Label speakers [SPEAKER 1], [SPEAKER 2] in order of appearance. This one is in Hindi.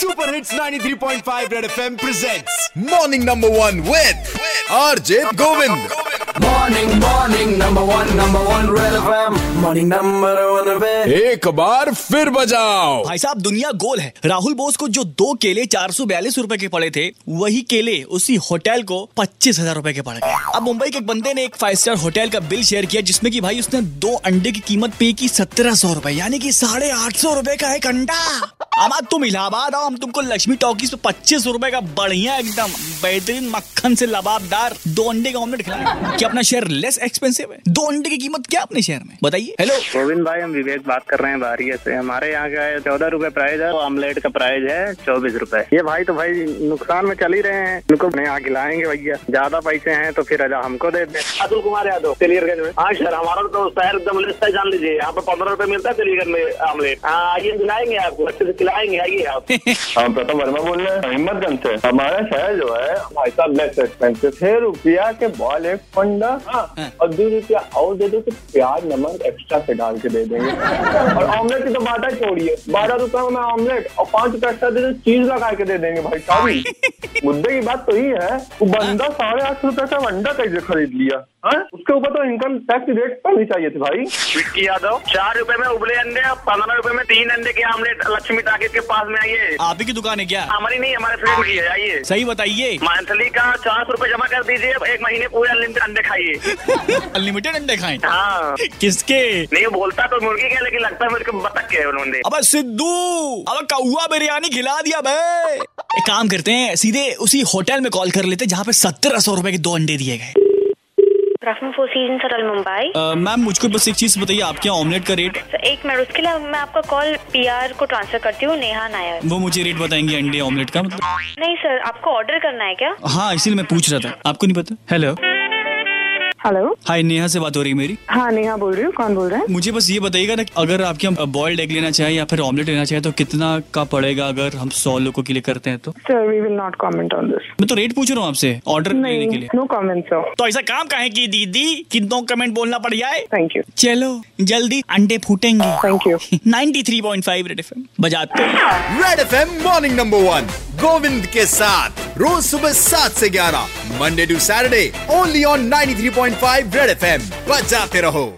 [SPEAKER 1] Super hits 93.5 Red FM presents morning number one with RJ Govind
[SPEAKER 2] Morning, morning, number one, number one, Red FM. Morning, number one, bed.
[SPEAKER 1] एक बार फिर बजाओ
[SPEAKER 3] भाई साहब दुनिया गोल है राहुल बोस को जो दो केले चार सौ बयालीस रूपए के पड़े थे वही केले उसी होटल को पच्चीस हजार रूपए के पड़ गए अब मुंबई के एक बंदे ने एक फाइव स्टार होटल का बिल शेयर किया जिसमें कि भाई उसने दो अंडे की कीमत पे की सत्रह सौ रूपए यानी कि साढ़े आठ सौ रूपए का एक अंडा अमा तुम इलाहाबाद आओ हम तुमको लक्ष्मी टॉकीज पे पच्चीस रूपए का बढ़िया एकदम बेहतरीन मक्खन से लबाबदार दो अंडे का ऑमलेट खिलाएंगे क्या अपना शेयर लेस एक्सपेंसिव है दो अंडे की कीमत क्या है अपने शेयर में बताइए हेलो
[SPEAKER 4] गोविंद भाई हम विवेक बात कर रहे हैं बारिया से हमारे यहाँ का चौदह रूपए प्राइस है ऑमलेट का प्राइस है चौबीस रूपए ये भाई तो भाई नुकसान में चल ही रहे हैं इनको अपने यहाँ खिलाएंगे भैया ज्यादा पैसे हैं तो फिर राजा हमको दे दे अतुल कुमार यादव तेलियरगंज में हाँ सर हमारा तो शहर दमलेस का जान लीजिए यहाँ पर पंद्रह रूपए मिलता है तेलियरगंज में ऑमलेट हाँ आइए खिलाएंगे आपको अच्छे से खिलाएंगे आइए आप
[SPEAKER 5] हम प्रताप वर्मा बोल रहे हैं हिम्मतगंज से हमारा शहर जो है भाई साहब लेस एक्सपेंसिव छह रुपया के बॉल एक पंडा हाँ, और दो रुपया और दे दो तो प्याज नमक एक्स्ट्रा से डाल के दे देंगे और ऑमलेट की तो बाटा छोड़िए बारह रुपया में ऑमलेट और पाँच रुपया एक्स्ट्रा दे दो चीज लगा के दे देंगे भाई साहब मुद्दे की बात तो ये है वो बंदा साढ़े आठ सौ रुपया का अंडा कैसे खरीद लिया हाँ? उसके ऊपर तो इनकम टैक्स रेट पर भी चाहिए थे भाई
[SPEAKER 4] विक्की यादव चार रूपए में उबले अंडे और पंद्रह रूपए में तीन अंडे के ऑमलेट लक्ष्मी टाकेट के पास में आइए
[SPEAKER 3] आप ही की दुकान है क्या
[SPEAKER 4] हमारी नहीं हमारे फ्रेंड की है आइए
[SPEAKER 3] सही बताइए
[SPEAKER 4] मंथली का चार सौ रूपए जमा कर दीजिए एक महीने पूरे अनलिमिटेड अंडे खाइए
[SPEAKER 3] अनलिमिटेड अंडे खाएं
[SPEAKER 4] हाँ
[SPEAKER 3] किसके
[SPEAKER 4] नहीं बोलता तो मुर्गी के लेकिन लगता है मुझको बतख के है उन्होंने
[SPEAKER 3] अब सिद्धू अब कौआ बिरयानी खिला दिया बे एक काम करते हैं सीधे उसी होटल में कॉल कर लेते हैं जहाँ पे सत्रह सौ रूपए के दो अंडे दिए गए
[SPEAKER 6] गुड आफ्टरनून फोर सीजन सरल मुंबई
[SPEAKER 3] अ, मैम मुझको बस एक चीज बताइए आपके यहाँ ऑमलेट का रेट
[SPEAKER 6] सर एक मिनट उसके लिए मैं आपका कॉल पीआर को ट्रांसफर करती हूँ नेहा नायर
[SPEAKER 3] वो मुझे रेट बताएंगे अंडे ऑमलेट का मतलब
[SPEAKER 6] नहीं सर आपको ऑर्डर करना है क्या
[SPEAKER 3] हाँ इसीलिए मैं पूछ रहा था आपको नहीं पता हेलो
[SPEAKER 7] हेलो
[SPEAKER 3] हाय नेहा से बात हो रही है मेरी
[SPEAKER 7] हाँ नेहा बोल रही हूँ कौन बोल रहा है
[SPEAKER 3] मुझे बस ये बताइएगा ना कि अगर आपके हम बॉयल्ड एग लेना चाहे या फिर ऑमलेट लेना चाहे तो कितना का पड़ेगा अगर हम सौ लोगों के लिए करते हैं तो
[SPEAKER 7] sir we will not comment on this
[SPEAKER 3] मैं तो रेट पूछ रहा हूँ आपसे ऑर्डर लेने के
[SPEAKER 7] नहीं
[SPEAKER 3] लिए
[SPEAKER 7] नो कमेंट सर
[SPEAKER 3] तो ऐसा काम काहे की दीदी कि दो कमेंट बोलना पड़ जाए
[SPEAKER 7] थैंक यू
[SPEAKER 3] चलो जल्दी अंडे फूटेंगे
[SPEAKER 7] थैंक यू
[SPEAKER 3] 93.5 रेड एफएम बजाते हैं।
[SPEAKER 1] Red FM morning number one Govind के साथ रोज सुबह सात से ग्यारह Monday to Saturday only on 93.5 Red FM बजाते रहो